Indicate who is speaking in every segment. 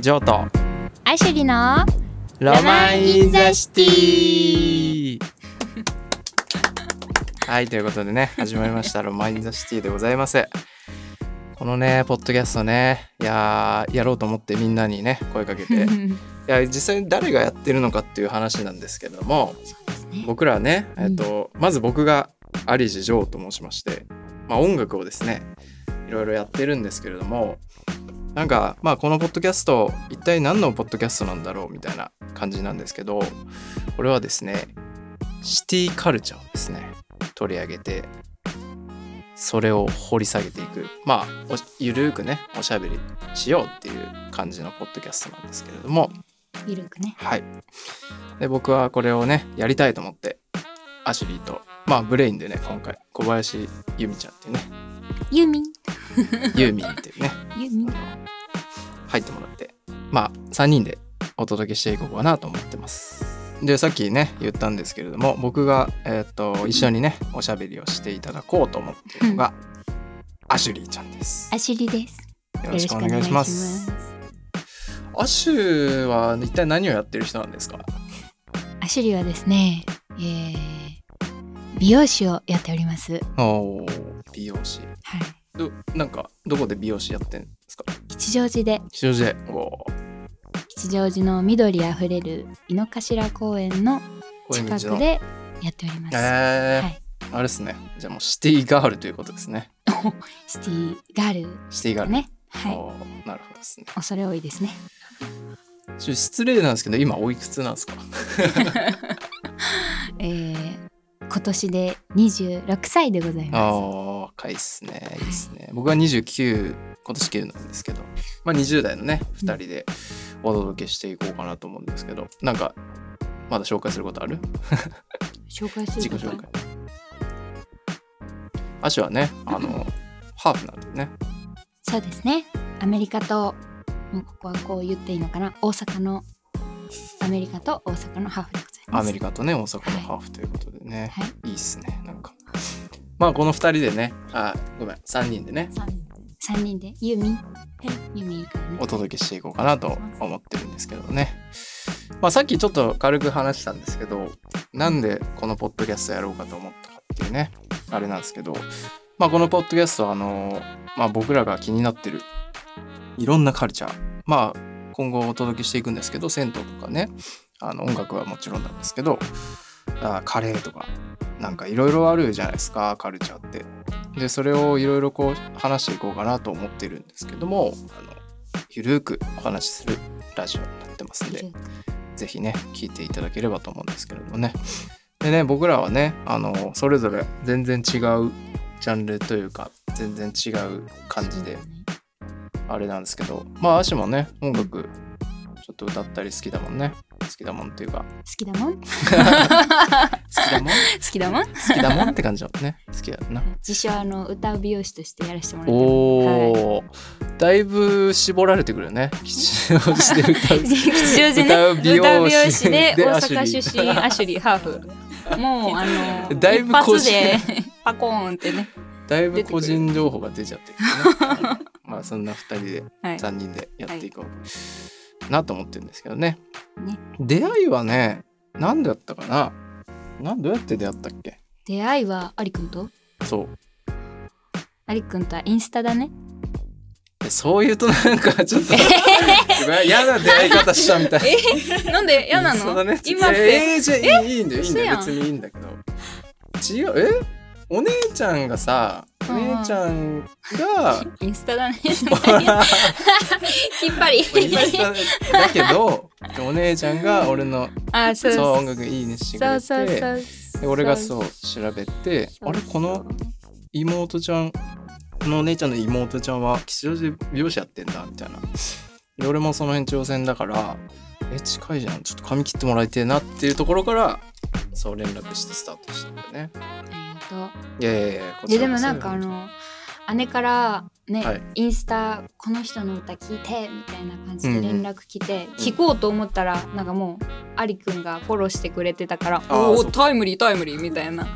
Speaker 1: ジョーと
Speaker 2: アシュリの
Speaker 1: ロマン・イン・ザ・シティ はいということでね始まりました「ロマン・イン・ザ・シティ」でございますこのねポッドキャストねいやーやろうと思ってみんなにね声かけていや実際に誰がやってるのかっていう話なんですけども僕らはね、えっとまず僕が有路ジョーと申しまして、まあ、音楽をですねいろいろやってるんですけれどもなんかまあこのポッドキャスト一体何のポッドキャストなんだろうみたいな感じなんですけどこれはですねシティカルチャーをですね取り上げてそれを掘り下げていくまあおゆるーくねおしゃべりしようっていう感じのポッドキャストなんですけれども
Speaker 2: ゆるくね
Speaker 1: はい。で、僕はこれをね、やりたいと思って、アシュリーと、まあ、ブレインでね、今回、小林由美ちゃんって いうね、
Speaker 2: ユーミン
Speaker 1: ユーミンっていうね、
Speaker 2: ユーミン
Speaker 1: 入ってもらって、まあ、3人でお届けしていこうかなと思ってます。で、さっきね、言ったんですけれども、僕が、えーっと、一緒にね、おしゃべりをしていただこうと思っているのが、アシュリーちゃんです。
Speaker 2: アシュリです
Speaker 1: よろしくお願いします。アシュは一体何をやってる人なんですか
Speaker 2: アシュリはですね、えー、美容師をやっております
Speaker 1: おー美容師。
Speaker 2: はい
Speaker 1: どなんかどこで美容師やってんですか
Speaker 2: 吉祥寺で
Speaker 1: 吉祥寺でおー
Speaker 2: 吉祥寺の緑あふれる井の頭公園の
Speaker 1: 高円寺
Speaker 2: 近
Speaker 1: の
Speaker 2: くでやっております、
Speaker 1: えーあれですねじゃあもうシティガールということですね
Speaker 2: シティガー
Speaker 1: シティガー
Speaker 2: ル
Speaker 1: ル
Speaker 2: ねはい
Speaker 1: おーなるほどですね
Speaker 2: 恐れ多いですね
Speaker 1: ちょ失礼なんですけど今おいくつなんですか
Speaker 2: えー、今年で26歳でござい
Speaker 1: あ
Speaker 2: ま
Speaker 1: あ若いっすねいいっすね僕は29今年9なんですけど、まあ、20代のね2人でお届けしていこうかなと思うんですけどなんかまだ紹介することある
Speaker 2: す紹介す
Speaker 1: 自
Speaker 2: る
Speaker 1: 己
Speaker 2: こと
Speaker 1: 紹介アシュはね あのハーフなんでね
Speaker 2: そうですねアメリカともうここはこう言っていいのかな大阪のアメリカと大阪のハーフでございます
Speaker 1: アメリカとね大阪のハーフということでね、、
Speaker 2: はい
Speaker 1: いっすねなんかまあこの2人でねあごめん3人でね
Speaker 2: 3人でユーミンユーミンいるからね
Speaker 1: お届けしていこうかなと思ってるんですけどね、まあ、さっきちょっと軽く話したんですけどなんでこのポッドキャストやろうかと思ったかっていうねあれなんですけど、まあ、このポッドキャストはあの、まあ、僕らが気になってるいろんなカルチャーまあ今後お届けしていくんですけど銭湯とかねあの音楽はもちろんなんですけどあカレーとかなんかいろいろあるじゃないですかカルチャーって。でそれをいろいろこう話していこうかなと思ってるんですけどもあのゆるーくお話しするラジオになってますんで
Speaker 2: いる
Speaker 1: ぜひね聞いていただければと思うんですけれどもねでね僕らはねあのそれぞれ全然違うジャンルというか全然違う感じであれなんですけどまあアシもね音楽ちょっと歌ったり好きだもんね好きだもんっていうか
Speaker 2: 好きだもん好
Speaker 1: 好 きだも
Speaker 2: きだも
Speaker 1: ん
Speaker 2: ん
Speaker 1: 好きだもんって感じだもんね好きだよ な
Speaker 2: 自称あの歌う美容師としてやらせてもらってます
Speaker 1: おー、だいぶ絞られてくるよね吉祥寺で歌う
Speaker 2: 吉祥寺
Speaker 1: 歌う
Speaker 2: ね
Speaker 1: 美容師
Speaker 2: 歌う美容師で
Speaker 1: で
Speaker 2: 大
Speaker 1: アシュリ
Speaker 2: 阪
Speaker 1: ー
Speaker 2: 出身アシュリーハーフもうあの
Speaker 1: だいぶ
Speaker 2: 一
Speaker 1: 個
Speaker 2: 発
Speaker 1: 人
Speaker 2: でパコーンってね
Speaker 1: だいぶ個人情報が出ちゃってる けどねまあそんな2人で
Speaker 2: はい
Speaker 1: 3人でやっていこうなと思ってるんですけどね,、
Speaker 2: ね
Speaker 1: 出会いはね何だったかななんどうやって出会ったっけ
Speaker 2: 出会いはアリくんと
Speaker 1: そう
Speaker 2: アリくんとはインスタだね
Speaker 1: でそういうとなんかちょ っとうわ嫌な出会い方したみたいな
Speaker 2: なんで嫌な
Speaker 1: そう
Speaker 2: の
Speaker 1: だね
Speaker 2: 今って
Speaker 1: えーじゃあいいいいんだよいいん
Speaker 2: 嘘
Speaker 1: だ
Speaker 2: や
Speaker 1: よ
Speaker 2: ん
Speaker 1: 別にいいんだけど違うえお姉ちゃんがさお
Speaker 2: うん
Speaker 1: 姉ちゃ んが
Speaker 2: インスタだね
Speaker 1: ほら
Speaker 2: 引っ張り
Speaker 1: 言いましただけどお姉ちゃんが俺の
Speaker 2: あそう
Speaker 1: そう
Speaker 2: そ
Speaker 1: 音楽いいねしてくれ
Speaker 2: う
Speaker 1: て
Speaker 2: そうそう
Speaker 1: で俺がそう調べてあれこの妹ちゃんこのお姉ちゃんの妹ちゃんは吉祥寺で美容師やってんだみたいなで俺もその辺挑戦だからえ近いじゃんちょっと髪切ってもらいてえなっていうところからそう連絡してスタートしたんだよね
Speaker 2: ありがとう
Speaker 1: いやいやいやこ
Speaker 2: で
Speaker 1: ち
Speaker 2: で
Speaker 1: ら
Speaker 2: も
Speaker 1: こそ
Speaker 2: なんかあの姉からね、
Speaker 1: はい
Speaker 2: インスタこの人の歌聞いてみたいな感じ
Speaker 1: うんう
Speaker 2: で
Speaker 1: ん
Speaker 2: 連絡来て、聞こうと思ったらなんかもうアリくんがフォローしてくれてたから
Speaker 1: あー
Speaker 2: お
Speaker 1: そ
Speaker 2: お
Speaker 1: う
Speaker 2: タイムリータイムリーみたいな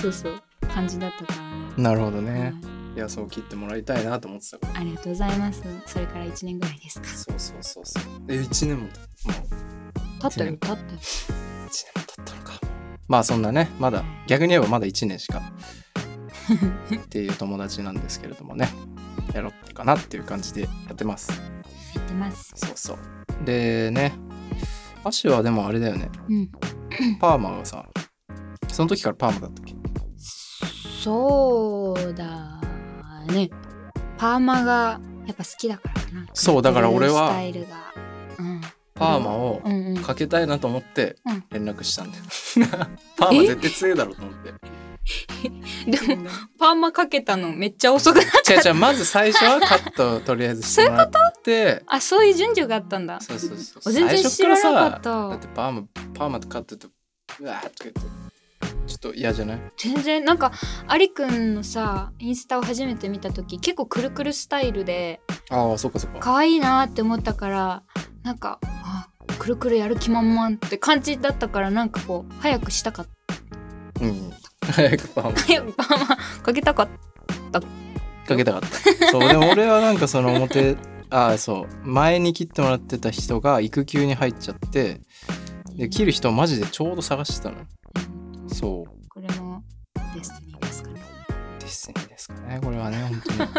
Speaker 2: そうそう感じだったからね。
Speaker 1: なるほどね
Speaker 2: はい
Speaker 1: いやそう切ってもらいたいなと思ってたから
Speaker 2: ありがとうございますそれから1年ぐらいですか
Speaker 1: そうそうそうそうえ1年も経もう
Speaker 2: 経ってる経ってる
Speaker 1: 1年も経ったのかまあそんなねまだ逆に言えばまだ1年し かっていう友達なんですけれどもねやろうかなっていう感じでやってます
Speaker 2: やってます
Speaker 1: そうそうでね足はでもあれだよね
Speaker 2: うん
Speaker 1: パーマがさその時からパーマだったっけ
Speaker 2: そうだねパーマがやっぱ好きだからかな
Speaker 1: そうだから俺は
Speaker 2: スタイルが、うん、
Speaker 1: パーマを
Speaker 2: うんうん
Speaker 1: かけたいなと思って
Speaker 2: うん
Speaker 1: 連絡したんだよ パーマ絶対強いだろうと思って
Speaker 2: でもパーマかけたのめっちゃ遅く なっ
Speaker 1: 違う違うまず最初はカットをとりあえずしてもらって
Speaker 2: あそういう順序があったんだ
Speaker 1: そうそうそう
Speaker 2: 全然知らなかっ
Speaker 1: 最初らさだったてパーマパーマとカットとうわーとか言ってちょっと嫌じゃない
Speaker 2: 全然なんかアリくんのさインスタを初めて見た時結構くるくるスタイルで
Speaker 1: ああそっかそっか
Speaker 2: 可愛いなって思ったからなんかあくるくるやる気満々って感じだったからなんかこう早くしたかった
Speaker 1: うん早くパーマ
Speaker 2: 早くパーマかけたかった
Speaker 1: かけたかった そうでも俺はなんかその表ああそう前に切ってもらってた人が育休に入っちゃってで切る人をマジでちょうど探してたのそう
Speaker 2: これもデスティニーですかね
Speaker 1: うディスニーですかねこれはね本当に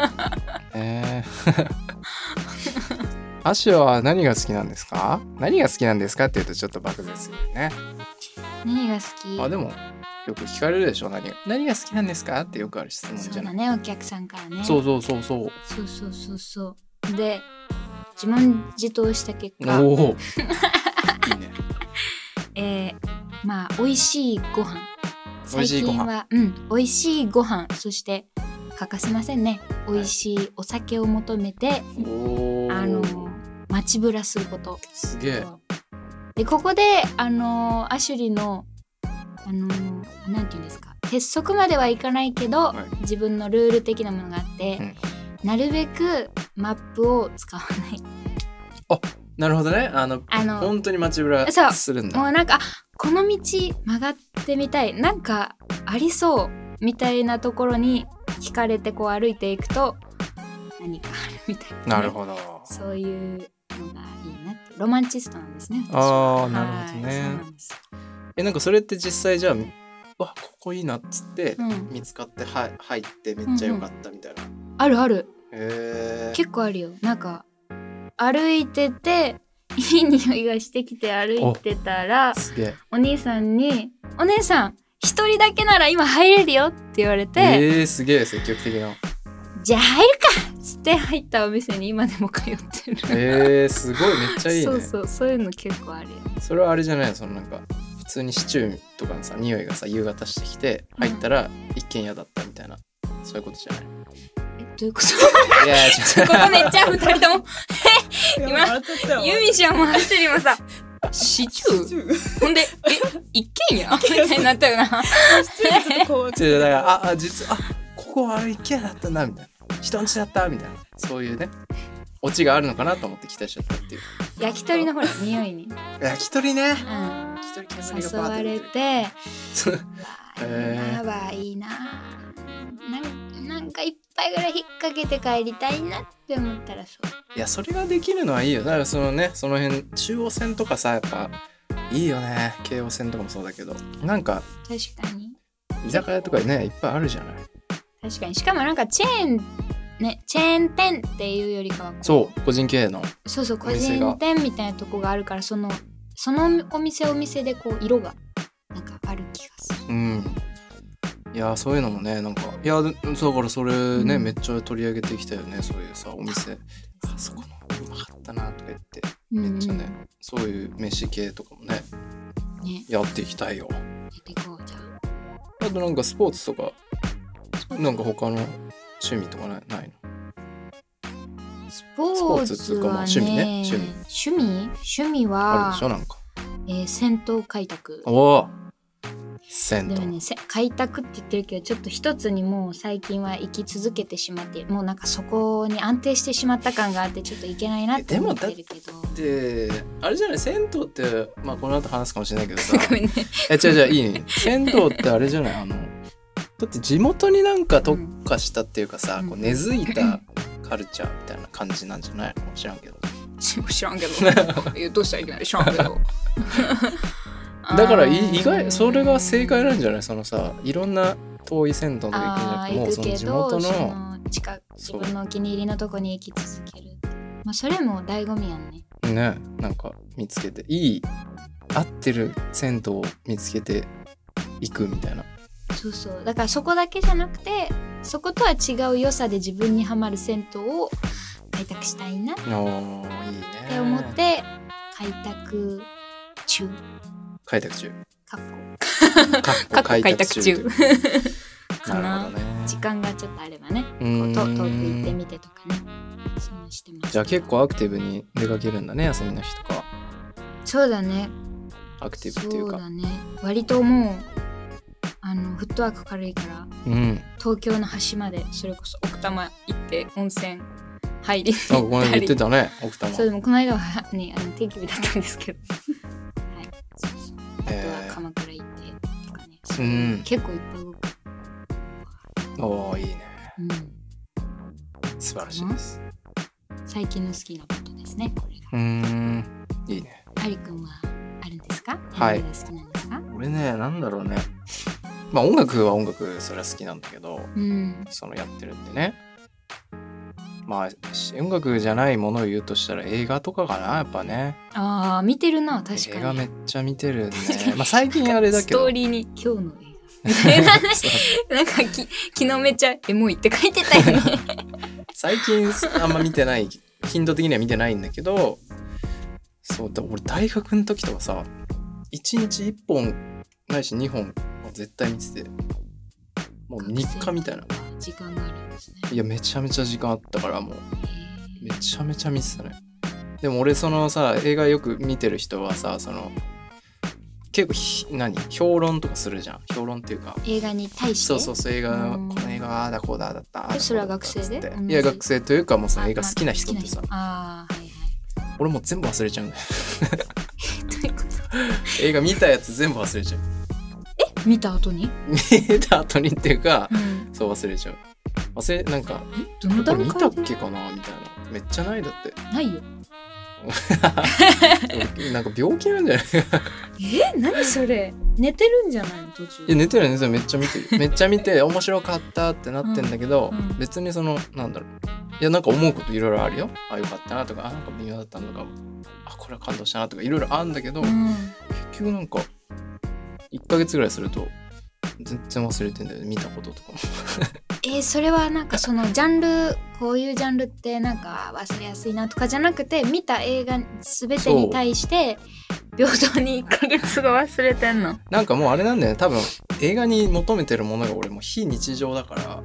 Speaker 1: ええ アシオは何が好きなんですか何が好きなんですかって言うとちょっと漠然すぎるね
Speaker 2: 何が
Speaker 1: あ
Speaker 2: 好
Speaker 1: でもよく聞かれるでしょ何が何が好きなんですかってよくある質問
Speaker 2: き
Speaker 1: じ
Speaker 2: そ
Speaker 1: ゃ
Speaker 2: う
Speaker 1: な
Speaker 2: だ
Speaker 1: い
Speaker 2: ねお客さんからね
Speaker 1: そうそうそうそう
Speaker 2: そうそうそうそうで自問自答した結
Speaker 1: お
Speaker 2: 果、
Speaker 1: おいいね
Speaker 2: えーまあ美味しいご飯
Speaker 1: 美味
Speaker 2: 最
Speaker 1: しい
Speaker 2: 近
Speaker 1: ご飯
Speaker 2: はうん美味しいご飯そして欠かせませんね美味しいお酒を求めて
Speaker 1: おお
Speaker 2: あの街ぶらすること
Speaker 1: すげえ
Speaker 2: でここであのアシュリのあのなんていうんですか鉄則まではいかないけど、
Speaker 1: はい
Speaker 2: 自分のルール的なものがあって、
Speaker 1: うん
Speaker 2: なるべくマップを使わない
Speaker 1: なるほどねあの
Speaker 2: あの
Speaker 1: 本当に街ぶら
Speaker 2: そう
Speaker 1: するん
Speaker 2: も
Speaker 1: だ
Speaker 2: うなんかあこの道曲がってみたいなんかありそうみたいなところに惹かれてこう歩いていくと何かあるみたいな、
Speaker 1: なるほど
Speaker 2: そういうのがいいなってロマンチストなんですね私は
Speaker 1: ああなるほど
Speaker 2: はいそう
Speaker 1: ね
Speaker 2: なんです
Speaker 1: えなんかそれって実際じゃあうわここいいなっつって
Speaker 2: うん
Speaker 1: 見つかっては入ってめっちゃ良かったみたいな
Speaker 2: あるある
Speaker 1: へえ
Speaker 2: 結構あるよなんか歩いてて いい匂いがしてきて歩いてたら
Speaker 1: すげえ
Speaker 2: お兄さんに「お姉さん一人だけなら今入れるよ」って言われて「
Speaker 1: えーすげえ積極的な
Speaker 2: じゃあ入るか!」っつって入ったお店に今でも通ってる、
Speaker 1: えーすごいめっちゃいいね
Speaker 2: そうそうそういうの結構あるよ
Speaker 1: それはあれじゃないのそのなんか普通にシチューとかのさ匂いがさ夕方してきて
Speaker 2: うん
Speaker 1: 入ったら一軒家だったみたいな、そういうことじゃ ない
Speaker 2: えどういうこと
Speaker 1: いや
Speaker 2: ここめっちゃ二人とも
Speaker 1: 今
Speaker 2: 今ユミシャンも走りもさ「 シチュー」ほんで「え一軒家?」みたいになったよ な
Speaker 1: 違うだからああ実はあここはあれ一軒家だったんだみたいな人ん家だったみたいなそういうねオチがあるのかなと思って期待しちゃったっていう
Speaker 2: 焼き鳥のほら匂いに、うん、
Speaker 1: 焼き鳥ね焼き鳥煙が
Speaker 2: 誘
Speaker 1: バー
Speaker 2: わ
Speaker 1: って出
Speaker 2: れ
Speaker 1: てる
Speaker 2: て。
Speaker 1: そう
Speaker 2: わ
Speaker 1: へ
Speaker 2: あ、わあいいななんなんか一杯ぐらい引っ掛けて帰りたいなって思ったらそう
Speaker 1: いやそれができるのはいいよだからそのねその辺中央線とかさやっぱいいよね京王線とかもそうだけどなんか
Speaker 2: 確かに
Speaker 1: 居酒屋とかねいっぱいあるじゃない
Speaker 2: 確かにしかもなんかチェーンねチェーン店っていうよりかはこう
Speaker 1: そう個人経営の
Speaker 2: そうそう
Speaker 1: お
Speaker 2: 個
Speaker 1: 店が
Speaker 2: 人店みたいなとこがあるからそのそのお店お店でこう色がなんかある気がする
Speaker 1: うんいやそういうのもねなんかいやでだからそれね、
Speaker 2: うん
Speaker 1: めっちゃ取り上げてきたよねそういうさお店あそこのうまかったなとか言って
Speaker 2: うんうん
Speaker 1: めっちゃねそういう飯系とかもね
Speaker 2: ね
Speaker 1: やっていきたいよ
Speaker 2: やっていこうじゃあ
Speaker 1: あとなんかスポーツとかなんか他の趣味とかないないの
Speaker 2: スポーツはね
Speaker 1: スポーツっていうかまあ趣味ね
Speaker 2: 趣味趣味
Speaker 1: ある
Speaker 2: は
Speaker 1: でしょなんか
Speaker 2: えー銭湯開拓
Speaker 1: おお銭
Speaker 2: でも
Speaker 1: 湯
Speaker 2: ねせ開拓って言ってるけどちょっと一つにもう最近は行き続けてしまってもうなんかそこに安定してしまった感があってちょっといけないなって
Speaker 1: えで
Speaker 2: 思
Speaker 1: も
Speaker 2: って
Speaker 1: だ
Speaker 2: るけど
Speaker 1: であれじゃない銭湯ってまあこの後話すかもしれないけどさ
Speaker 2: ごめんね
Speaker 1: え、違う違う、いいね。銭湯ってあれじゃないあの、だって地元になんか特化したっていうかさ、
Speaker 2: うん
Speaker 1: こう根付いたカルチャーみたいな感じなんじゃないの知らんけど
Speaker 2: 知らんけ どいやどうしたらいけない知らんけど
Speaker 1: だからい意外それが正解なんじゃないそのさいろんな遠い銭湯とか行くんじゃな
Speaker 2: あー
Speaker 1: くて
Speaker 2: 行
Speaker 1: もう
Speaker 2: く
Speaker 1: その
Speaker 2: け
Speaker 1: 地
Speaker 2: ど
Speaker 1: 元
Speaker 2: そ
Speaker 1: の
Speaker 2: の近く自
Speaker 1: そう
Speaker 2: 分のお気に入りのとこに行き続けるまあそれも醍醐味やんね
Speaker 1: ねなんか見つけていい合ってる銭湯を見つけていくみたいな
Speaker 2: そうそうだからそこだけじゃなくてそことは違う良さで自分にはまる銭湯を開拓したいなっ
Speaker 1: おーいいね
Speaker 2: て思って開拓中
Speaker 1: 開拓 中
Speaker 2: かっこ
Speaker 1: かっ
Speaker 2: かっ
Speaker 1: こ
Speaker 2: こ開拓中
Speaker 1: という
Speaker 2: かな
Speaker 1: なるほどね
Speaker 2: 時間がちょっとあればね
Speaker 1: う
Speaker 2: こ
Speaker 1: ー
Speaker 2: うんと遠く行ってみてとかねそういうのしてます
Speaker 1: じゃあ結構アクティブに出かけるんだね休みの日とか
Speaker 2: そうだね
Speaker 1: アクティブってい
Speaker 2: そうう
Speaker 1: か
Speaker 2: だね割ともうあのフットワーク軽いから
Speaker 1: うん
Speaker 2: 東京の端までそれこそ奥多摩行って温泉入りに
Speaker 1: なんかこ
Speaker 2: 行
Speaker 1: の
Speaker 2: った
Speaker 1: 間言
Speaker 2: り
Speaker 1: ってたね奥多
Speaker 2: そう
Speaker 1: 摩
Speaker 2: でもこの間はねあの定期日だったんですけどはいそうそうあと
Speaker 1: え
Speaker 2: は鎌倉行ってとかね、
Speaker 1: ーうん
Speaker 2: 結構いっぱい動く、
Speaker 1: おーいいね
Speaker 2: うん、
Speaker 1: 素晴らしいです
Speaker 2: 最近の好きなことですねこれが
Speaker 1: うーんいいね
Speaker 2: ありくんはあるんですか
Speaker 1: はい
Speaker 2: 何が好きなんですか
Speaker 1: 俺ねなんだろうねまあ音楽は音楽それは好きなんだけど
Speaker 2: うん
Speaker 1: そのやってるんでねまあし音楽じゃないものを言うとしたら映画とかかなやっぱね
Speaker 2: ああ見てるな確
Speaker 1: 映
Speaker 2: か
Speaker 1: 画め
Speaker 2: に
Speaker 1: っちゃ見 てるね
Speaker 2: 確かに
Speaker 1: まあ最近あれだ
Speaker 2: ス
Speaker 1: けど
Speaker 2: トーリーに今日の映画み たいなねなんかき昨日めっちゃエモいって書いてたよ ね
Speaker 1: 最近あんま見 てない頻度的には見てないんだけどそうだ俺大学の時とかさ1日1本ないし2本は絶対見ててもう日課みたいな
Speaker 2: 時間があるんですね
Speaker 1: いやめちゃめちゃ時間あったからもう
Speaker 2: へ
Speaker 1: め
Speaker 2: ー
Speaker 1: ちゃめちゃ見てたねでも俺そのさ映画よく見てる人はさその結構ひ何評論とかするじゃん評論っていうか
Speaker 2: 映画に対して
Speaker 1: そうそうそう映画
Speaker 2: う
Speaker 1: こ
Speaker 2: ん
Speaker 1: の映画はああだこうだだったああだこうだった
Speaker 2: それは学生で
Speaker 1: っつって
Speaker 2: 同じ
Speaker 1: いや学生というかもうその
Speaker 2: あ
Speaker 1: 映画好きな人ってさ
Speaker 2: まあ好きな人
Speaker 1: 俺もう全部忘れちゃうんだよ
Speaker 2: あーはいはい どういうこと
Speaker 1: 映画見たやつ全部忘れちゃう
Speaker 2: 見た後に、
Speaker 1: 見た後にっていうか
Speaker 2: うん、
Speaker 1: そう忘れちゃう忘れなんか
Speaker 2: えどの
Speaker 1: これ
Speaker 2: 段
Speaker 1: 見た
Speaker 2: 階
Speaker 1: っ
Speaker 2: で
Speaker 1: けかなみたいなめっちゃないだって
Speaker 2: ないよ
Speaker 1: なんか病気なんじゃない
Speaker 2: え何それ寝てるんじゃないの途中
Speaker 1: いや寝てる寝てるめっちゃ見 てるめっちゃ見て面白かったってなってんだけど、
Speaker 2: うんうん
Speaker 1: 別にそのなんだろういやなんか思うこといろいろあるよあよかったなとかあなんか微妙だったのかあこれは感動したなとかいろいろあるんだけど、
Speaker 2: うん、
Speaker 1: 結局なんか1ヶ月ぐらいすると全然忘れてんだよね見たこととかも
Speaker 2: えーそれはなんかそのジャンルこういうジャンルってなんか忘れやすいなとかじゃなくて見た映画全てに対して平等に1ヶ月後忘れてんの
Speaker 1: なんかもうあれなんだよね多分映画に求めてるものが俺もう非日常だから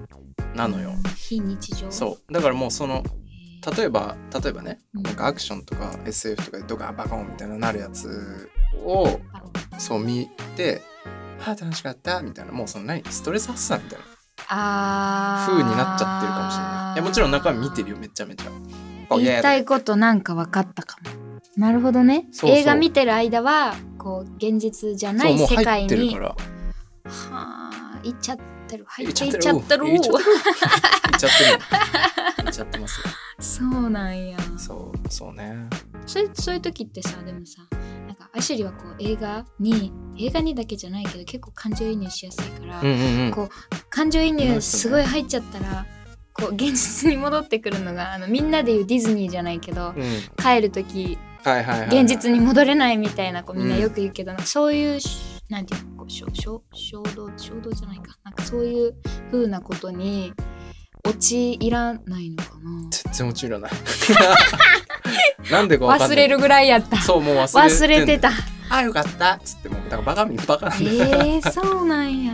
Speaker 1: なのよ
Speaker 2: 非日常
Speaker 1: そうだからもうその
Speaker 2: へー
Speaker 1: 例えば例えばね
Speaker 2: うん
Speaker 1: なんかアクションとか SF とかでドカンバコンみたいななるやつを
Speaker 2: あの
Speaker 1: そう見て「あー楽しかった」みたいなもうその何ストレス発散みたいな
Speaker 2: あー
Speaker 1: 風になっちゃってるかもしれないいやもちろん中身見てるよめちゃめちゃ
Speaker 2: 言いたいことなんか分かったかもなるほどね
Speaker 1: そうそう
Speaker 2: 映画見てる間はこう現実じゃない
Speaker 1: そうもう
Speaker 2: 世
Speaker 1: 入
Speaker 2: 界
Speaker 1: ってる
Speaker 2: に
Speaker 1: か
Speaker 2: は
Speaker 1: ら
Speaker 2: あ行っちゃってる入
Speaker 1: 行
Speaker 2: っ
Speaker 1: っち
Speaker 2: て
Speaker 1: ゃっ
Speaker 2: いって
Speaker 1: る
Speaker 2: ちゃってる
Speaker 1: 行っちゃって行っちゃってる行っちゃってますよ
Speaker 2: そうなんや
Speaker 1: そうそうね
Speaker 2: それそういう時ってさでもさなんかアシュリーはこう映画に映画にだけじゃないけど結構感情移入しやすいから、
Speaker 1: うんうんうん
Speaker 2: こ感情移
Speaker 1: いま
Speaker 2: 入
Speaker 1: すね
Speaker 2: すごい入っちゃったらこう現実に戻ってくるのがあのみんなで言うディズニーじゃないけど
Speaker 1: うん
Speaker 2: 帰る時
Speaker 1: はいはいはいはい
Speaker 2: 現実に戻れないみたいなこうみんなよく言うけど、なんかそういうしなんていうのこうしょしょ衝動衝動じゃないかなんかそういう風なことに陥らないのかな
Speaker 1: 全然落ちるない なんでかわか
Speaker 2: 忘
Speaker 1: んない
Speaker 2: れるぐらいやった
Speaker 1: そうもう忘れ
Speaker 2: 忘れてた
Speaker 1: あよかったっつってもうだからバカみバカなんだよ、
Speaker 2: えー、そうなんや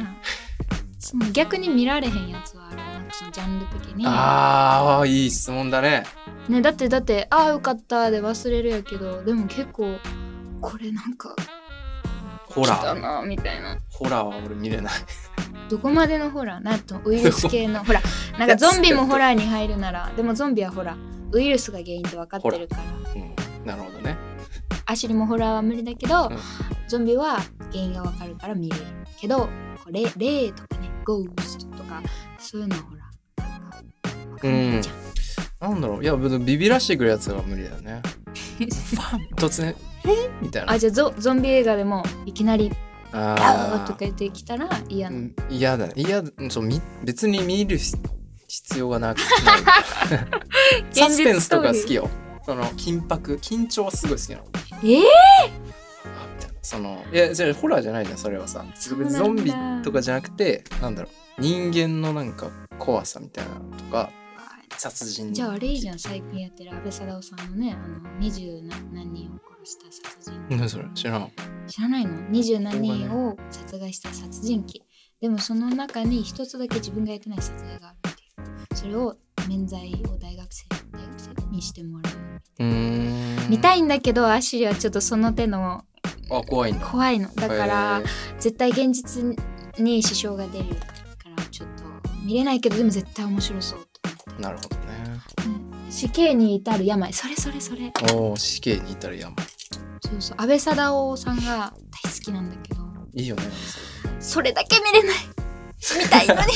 Speaker 2: その逆に見られへんやつはあれなんかそのジャンル的に
Speaker 1: ああいい質問だね
Speaker 2: ねだってだって「ああよかった」で忘れるやけどでも結構これなんか
Speaker 1: ホ
Speaker 2: 来
Speaker 1: ラ
Speaker 2: た
Speaker 1: ー
Speaker 2: なみたいな
Speaker 1: ホラーは俺見れない
Speaker 2: どこまでのホラーなんとウイルス系のほらなんかゾンビもホラーに入るならでもゾンビはほらウイルスが原因って分かってるから
Speaker 1: うんなるほどね
Speaker 2: アシュリもホラーは無理だけど、
Speaker 1: うん
Speaker 2: ゾンビは原因が分かるから見れるけどこれ霊とかね Ghost とかそういうのほらなんかわか
Speaker 1: うん
Speaker 2: ない
Speaker 1: ん
Speaker 2: じゃん、
Speaker 1: なんだろういや別にビビらしてくるやつは無理だよねバン突然「えみたいな
Speaker 2: あじゃあゾゾンビ映画でもいきなりガーッ
Speaker 1: あ
Speaker 2: とかてきたら嫌
Speaker 1: ー
Speaker 2: な、
Speaker 1: うん嫌だね嫌だそうみ別に見るし必要がなく
Speaker 2: 現実逃避
Speaker 1: サスペンスとか好きよその緊迫緊張はすごい好きなの
Speaker 2: ええ
Speaker 1: あみたいなそのいやじゃあホラーじゃないじゃんそれはさ
Speaker 2: そうなんだ
Speaker 1: ゾンビとかじゃなくてなんだろう人間のなんか怖さみたいなのとか殺人
Speaker 2: じゃああれいいじゃん最近やってる安倍貞夫さんのねあの二十何人を殺した殺人鬼
Speaker 1: 何それ知らん
Speaker 2: 知らないの二十何
Speaker 1: そう
Speaker 2: 人
Speaker 1: だね
Speaker 2: を殺害した殺人鬼でもその中に一つだけ自分がやってない殺害があるっていうそれを免罪を大学生大学生にしてもらう
Speaker 1: うーん
Speaker 2: 見た
Speaker 1: い
Speaker 2: いんだけどアシュリーはちょっとその手の
Speaker 1: あ怖いんだ
Speaker 2: 怖いのだから
Speaker 1: へー
Speaker 2: 絶対現実に支障が出るからちょっと見れないけどでも絶対面白そうと
Speaker 1: なるほどね。
Speaker 2: 思って、うん死刑に至る病それそれそれ
Speaker 1: おお、死刑にいたらやん。
Speaker 2: そうそう安倍貞夫さんが大好きなんだけど
Speaker 1: いいよね。
Speaker 2: それだけ見れない見たい のに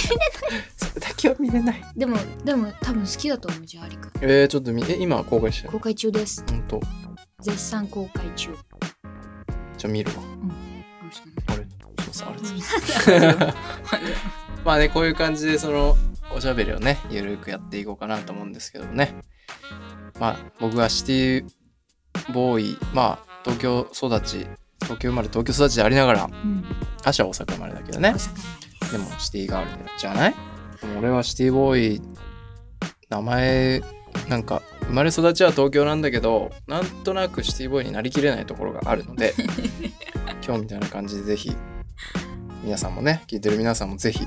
Speaker 1: それだけは見れない。
Speaker 2: でもでも多分好きだと思うじゃあアリくん
Speaker 1: えー、ちょっとみ、え、今公開してる
Speaker 2: 公。開中です
Speaker 1: ほんと。
Speaker 2: 絶賛公開中よ
Speaker 1: じゃあ見るわ。
Speaker 2: ろしくお
Speaker 1: あれ、そうさ、あれ。
Speaker 2: 願いし
Speaker 1: まあね、こういう感じで、その、おしゃべりをね、ゆるくやっていこうかなと思うんですけどね。まあ、僕はシティボーイ、まあ、東京育ち、東京生まれ、東京育ちでありながら、
Speaker 2: ま
Speaker 1: 足は大阪生まれだけどね。
Speaker 2: す、うん、
Speaker 1: でもシティガールじゃないでも俺はシティボーイ名前なんか生まれ育ちは東京なんだけどなんとなくシティボーイになりきれないところがあるので今日みたいな感じでぜひ皆さんもね聞いてる皆さんもぜひ教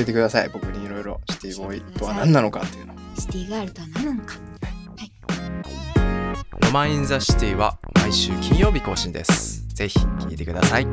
Speaker 1: えてください僕にいろいろシティボーイとは何なのかっていうの
Speaker 2: シティガールとは何なのか
Speaker 1: ロマン・イン・ザ・シティは毎週金曜日更新ですぜひ聞いてください